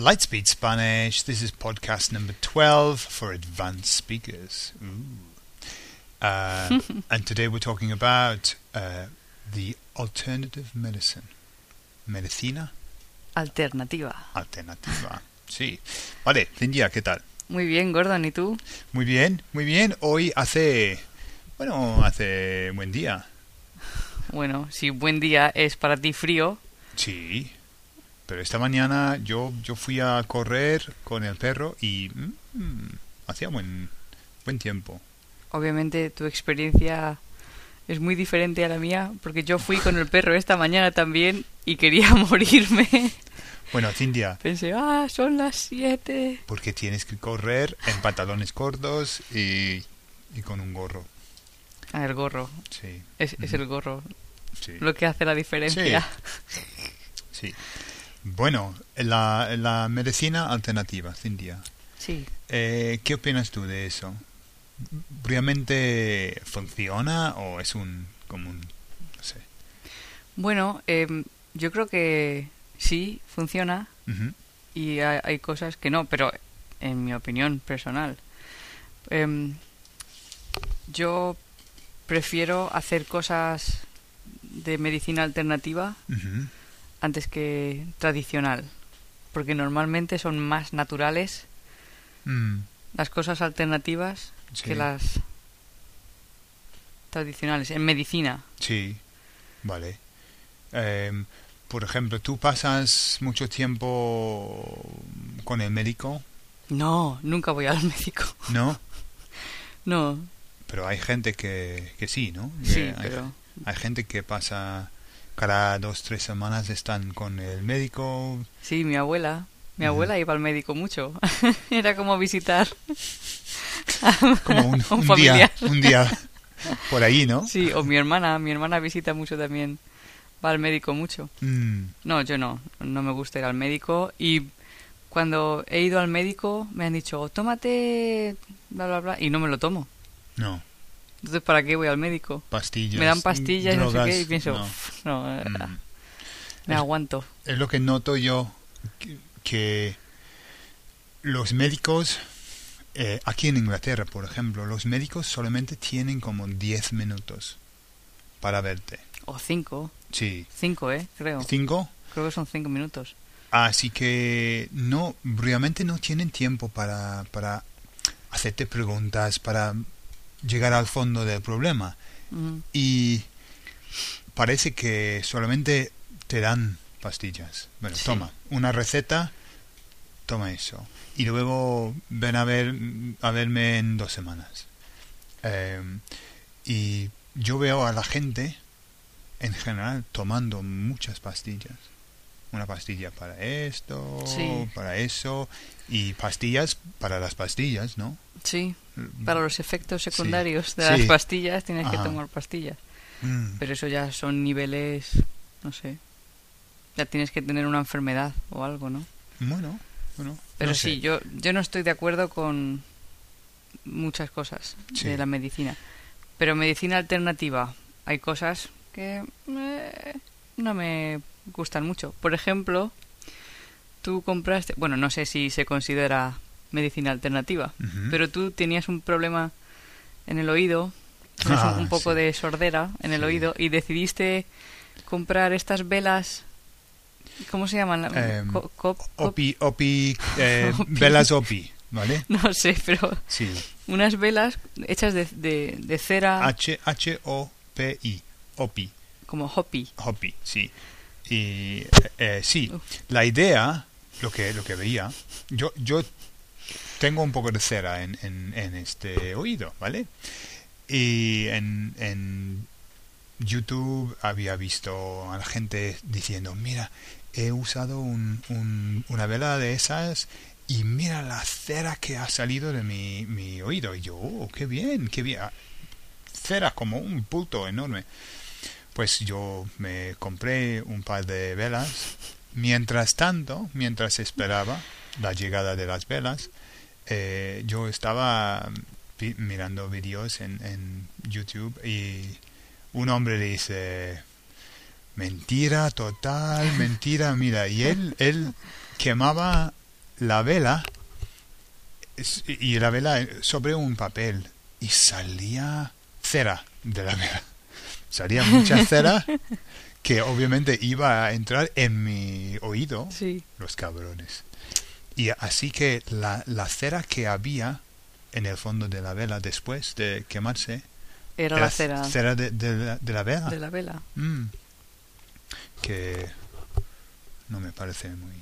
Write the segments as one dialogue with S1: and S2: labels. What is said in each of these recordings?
S1: Lightspeed Spanish. This is podcast number 12 for advanced speakers. Ooh. Uh, and today we're talking about uh, the alternative medicine. Medicina
S2: Alternativa.
S1: alternativa. Sí. Vale, Cintia, ¿qué tal?
S2: Muy bien, Gordon, ¿y tú?
S1: Muy bien, muy bien. Hoy hace. Bueno, hace buen día.
S2: Bueno, si buen día es para ti frío,
S1: Sí. Pero esta mañana yo, yo fui a correr con el perro y. mm, mm, hacía buen, buen tiempo.
S2: obviamente tu experiencia es muy diferente a la mía, porque yo fui con el perro esta mañana también y quería morirme.
S1: Bueno, Cintia,
S2: Pensé, ah, son las siete.
S1: porque tienes que correr en pantalones cortos y, y con un gorro.
S2: Ah, el gorro.
S1: Sí,
S2: Es, es el gorro
S1: sí,
S2: lo que hace la diferencia.
S1: sí. Bueno, la, la medicina alternativa, Cintia.
S2: Sí.
S1: Eh, ¿Qué opinas tú de eso? ¿Realmente funciona o es un como un no sé?
S2: Bueno, em, yo creo que sí, funciona.
S1: Ujú,
S2: y hay, hay cosas que no, pero en mi opinión personal. Em, yo prefiero hacer cosas de medicina alternativa
S1: ujú.
S2: antes que tradicional, porque normalmente son más naturales
S1: Mm,
S2: las cosas alternativas
S1: Sí.
S2: que las tradicionales en medicina.
S1: sí, vale. Em, por ejemplo, ¿tú pasas mucho tiempo con el médico?
S2: No, nunca voy al médico.
S1: ¿No?
S2: No,
S1: Pero hay gente que, que sí, ¿no? Que
S2: sí,
S1: hay,
S2: pero
S1: hay gente que pasa cada dos, tres semanas están con el médico.
S2: Sí, mi abuela. Mi
S1: Ujú.
S2: abuela iba al médico mucho. Era como visitar.
S1: Como un,
S2: Un
S1: un día,
S2: familiar.
S1: un día por ahí, ¿no?
S2: Sí, o mi hermana. Mi hermana visita mucho también. Va al médico mucho.
S1: Mm,
S2: No, yo no. No me gusta ir al médico. Y cuando he ido al médico me han dicho, tómate, bla, bla, bla. Y no me lo tomo.
S1: no,
S2: Entonces, ¿para qué voy al médico?
S1: pastillas.
S2: Me dan pastillas y no sé
S1: drogas,
S2: qué. Y pienso,
S1: no.
S2: "Pff, no, eh,
S1: Mm.
S2: me aguanto.
S1: Es lo que noto yo, que, que los médicos, eh, aquí en Inglaterra, por ejemplo, los médicos solamente tienen como 10 minutos para verte.
S2: O cinco.
S1: Sí.
S2: Cinco, ¿eh? Creo.
S1: ¿Cinco?
S2: Creo que son cinco minutos.
S1: Así que no, realmente no tienen tiempo para, para hacerte preguntas, para llegar al fondo del problema.
S2: Ujú.
S1: Y parece que solamente te dan pastillas. Bueno,
S2: Sí.
S1: toma, una receta, toma eso. Y luego ven a, ver, a verme en dos semanas. Eh, y yo veo a la gente, en general, tomando muchas pastillas. Una pastilla para esto,
S2: Sí.
S1: para eso, y pastillas para las pastillas, ¿no?
S2: Sí, para los efectos
S1: Mm. Sí,
S2: secundarios de
S1: sí.
S2: las pastillas tienes que
S1: Ajá.
S2: tomar pastillas.
S1: Mm,
S2: Pero eso ya son niveles, no sé. Ya tienes que tener una enfermedad o algo, ¿no?
S1: Bueno, bueno.
S2: Pero
S1: no sé.
S2: sí, yo, yo no estoy de acuerdo con muchas cosas
S1: Sí.
S2: de la medicina. Pero medicina alternativa, hay cosas que eh, no me gustan mucho. Por ejemplo, tú compraste, bueno, no sé si se considera medicina alternativa,
S1: Ujú.
S2: pero tú tenías un problema en el oído, tienes un-
S1: Ah,
S2: un poco
S1: sí.
S2: de sordera en el
S1: Sí.
S2: oído y decidiste comprar estas velas. ¿Cómo se llaman? La-
S1: Em,
S2: co- cop- cop-
S1: Opi, opi, eh,
S2: Opi.
S1: velas opi, ¿vale?
S2: no sé, pero
S1: Sí.
S2: unas velas hechas de, de- de cera
S1: H-H-O-P-I, opi,
S2: como hopi.
S1: hopi, sí. Y eh, eh, sí, la idea, lo que, lo que veía, yo, yo tengo un poco de cera en, en, en este oído, ¿vale? Y en, en YouTube había visto a la gente diciendo, mira, he usado un- un- una vela de esas y mira la cera que ha salido de mi, mi oído. Y yo, oh, qué bien, qué bien. Ah, Cera como un pulto enorme. Pues yo me compré un par de velas. Mientras tanto, mientras esperaba la llegada de las velas, eh, yo estaba vi- mirando vídeos en, en YouTube y un hombre le dice, mentira total, mentira, mira, y él, él quemaba la vela es- y la vela sobre un papel y salía cera de la vela. Salía mucha cera que obviamente iba a entrar en mi oído,
S2: Sí.
S1: los cabrones. Y así que la, la cera que había en el fondo de la vela después de quemarse
S2: Era
S1: era
S2: la cera
S1: cera de, de la, de la vela.
S2: de la vela.
S1: Mm. Que no me parece muy,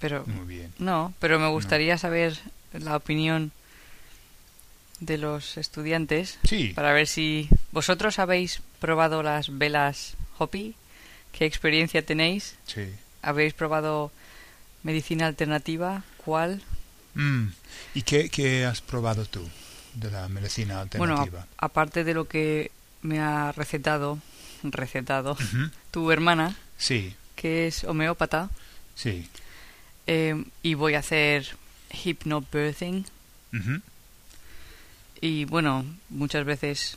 S2: Pero
S1: muy bien.
S2: Mm. no, pero me gustaría saber la opinión de los estudiantes
S1: Sí,
S2: para ver si vosotros habéis probado las velas Hopi, qué experiencia tenéis,
S1: sí.
S2: habéis probado medicina alternativa, cuál.
S1: Mm. ¿Y qué, qué has probado tú de la medicina
S2: Bueno,
S1: alternativa?
S2: a- aparte de lo que me ha recetado, recetado
S1: Ujú.
S2: tu hermana,
S1: Sí,
S2: que es homeópata,
S1: sí.
S2: eh, y voy a hacer hypnobirthing.
S1: Ujú.
S2: Y bueno, muchas veces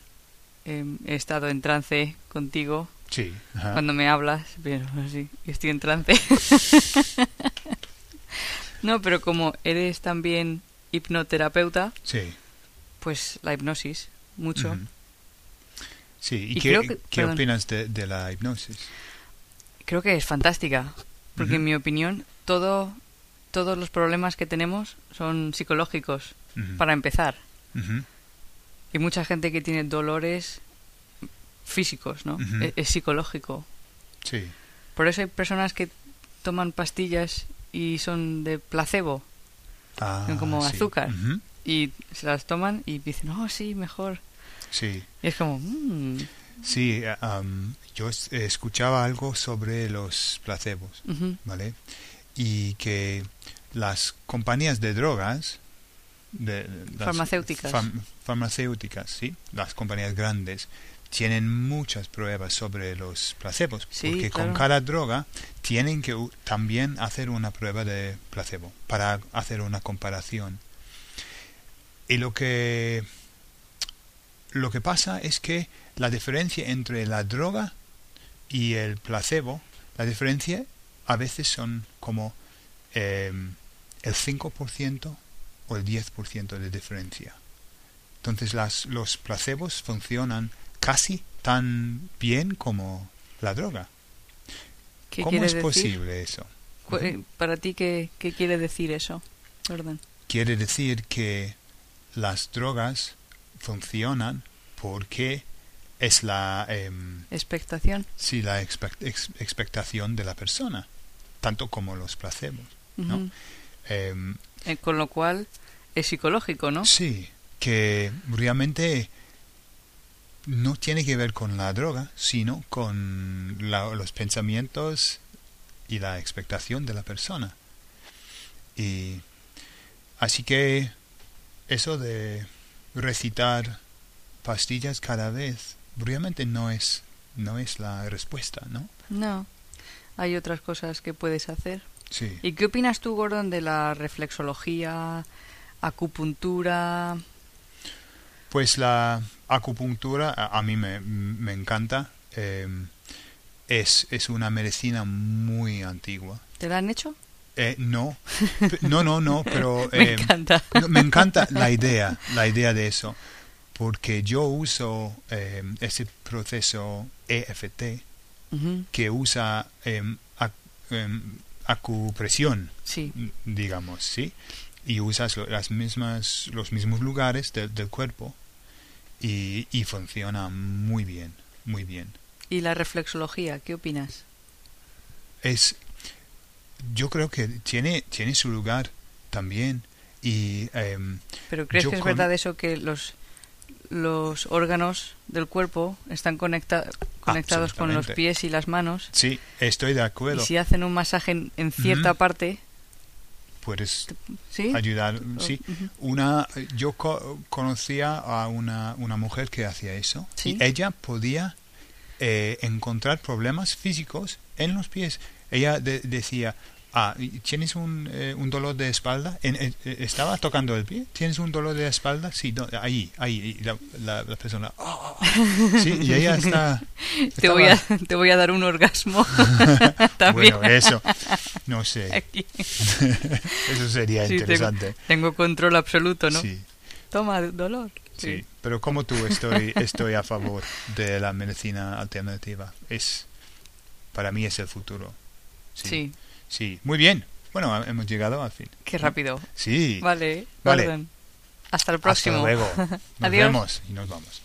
S2: eh, he estado en trance contigo
S1: Sí. ajá.
S2: cuando me hablas, pero así, estoy en trance. no, pero como eres también hipnoterapeuta,
S1: Sí.
S2: pues la hipnosis, mucho.
S1: ujú. Sí, ¿y,
S2: Y
S1: qué,
S2: creo que-
S1: qué
S2: perdón.
S1: opinas de, de la hipnosis?
S2: Creo que es fantástica, porque en
S1: Ujú.
S2: mi opinión todo, todos los problemas que tenemos son psicológicos,
S1: Ujú.
S2: para empezar.
S1: Ujú.
S2: Y mucha gente que tiene dolores físicos, ¿no? Eh,
S1: Ujú.
S2: es, es psicológico.
S1: Sí,
S2: Por eso hay personas que toman pastillas y son de placebo
S1: Ah,
S2: Son como
S1: sí.
S2: azúcar.
S1: Ujú.
S2: y se las toman y dicen, oh, sí, mejor.
S1: Sí,
S2: Y es como, "Mm,
S1: sí. eh, am, yo es- escuchaba algo sobre los placebos,
S2: ujú,
S1: ¿vale? Y que las compañías de drogas, de, las
S2: Farmacéuticas.
S1: fam- farmacéuticas, sí, las compañías grandes tienen muchas pruebas sobre los placebos,
S2: Sí,
S1: porque con
S2: claro.
S1: cada droga tienen que u- también hacer una prueba de placebo para hacer una comparación. Y lo que lo que pasa es que la diferencia entre la droga y el placebo, la diferencia a veces son como eh, el 5% o el 10% de diferencia. Entonces las, los placebos funcionan casi tan bien como la droga.
S2: ¿Qué
S1: ¿Cómo
S2: quiere
S1: es
S2: decir?
S1: posible eso?
S2: Cu- eh, Para ti, ¿qué, qué quiere decir eso? Perdón.
S1: quiere decir que las drogas funcionan porque es la em,
S2: ¿Expectación?
S1: sí, la expect- ex- expectación de la persona, tanto como los placebos.
S2: Ujú.
S1: No. Em,
S2: Eh, con lo cual, es psicológico, ¿no?
S1: Sí, que realmente no tiene que ver con la droga, sino con la- los pensamientos y la expectación de la persona. Y así que eso de recitar pastillas cada vez realmente no es no es la respuesta, ¿no?
S2: No. Hay otras cosas que puedes hacer.
S1: Sí.
S2: ¿Y qué opinas tú, Gordon, de la reflexología, acupuntura?
S1: Pues la acupuntura a, a mí me, me encanta. eh, es, es una medicina muy antigua.
S2: ¿Te la han hecho?
S1: Eh, no, p- no, no, no, pero
S2: Me
S1: eh,
S2: encanta.
S1: no, me encanta la idea, la idea de eso, porque yo uso eh, ese proceso EFT
S2: Ujú,
S1: que usa em, ac- em, acupresión
S2: Sí.
S1: digamos, ¿sí? Y usas lo- las mismas, los mismos lugares del- del cuerpo y, y funciona muy bien, muy bien.
S2: ¿Y la reflexología? ¿Qué opinas?
S1: Es, yo creo que tiene, tiene su lugar también y em,
S2: ¿Pero crees
S1: Yo
S2: que es
S1: con-
S2: verdad eso que los, los órganos del cuerpo están conecta- conectados con los
S1: Absolutamente.
S2: pies y las manos?
S1: sí, estoy de
S2: Y
S1: acuerdo.
S2: si hacen un masaje en, en cierta
S1: Ujú.
S2: parte,
S1: Puedes
S2: ¿sí?
S1: ayudar, sí.
S2: Ujú.
S1: Una, yo co- conocía a una, una mujer que hacía eso
S2: Sí.
S1: y ella podía eh, encontrar problemas físicos en los pies. Ella de- decía, ah, ¿tienes un, eh, un dolor de espalda? En- en- eh, estaba tocando el pie. ¿Tienes un dolor de espalda? Sí, do- ahí, ahí. Y la, la- la persona, "Oh". sí, y ella está...
S2: Te voy, a, te voy a dar un orgasmo también.
S1: Bueno, eso. No sé.
S2: Aquí.
S1: Eso sería
S2: Sí,
S1: interesante.
S2: Tengo control absoluto, ¿no?
S1: Sí,
S2: Toma dolor.
S1: sí. Pero como tú estoy, estoy a favor de la medicina alternativa. Es, para mí es el futuro.
S2: Sí.
S1: Sí. Muy bien. Bueno, ha- hemos llegado al fin.
S2: Qué rápido.
S1: Sí.
S2: Vale.
S1: Vale.
S2: Gordon. Hasta el
S1: Hasta
S2: próximo.
S1: luego. Nos
S2: Adiós.
S1: vemos y nos vamos.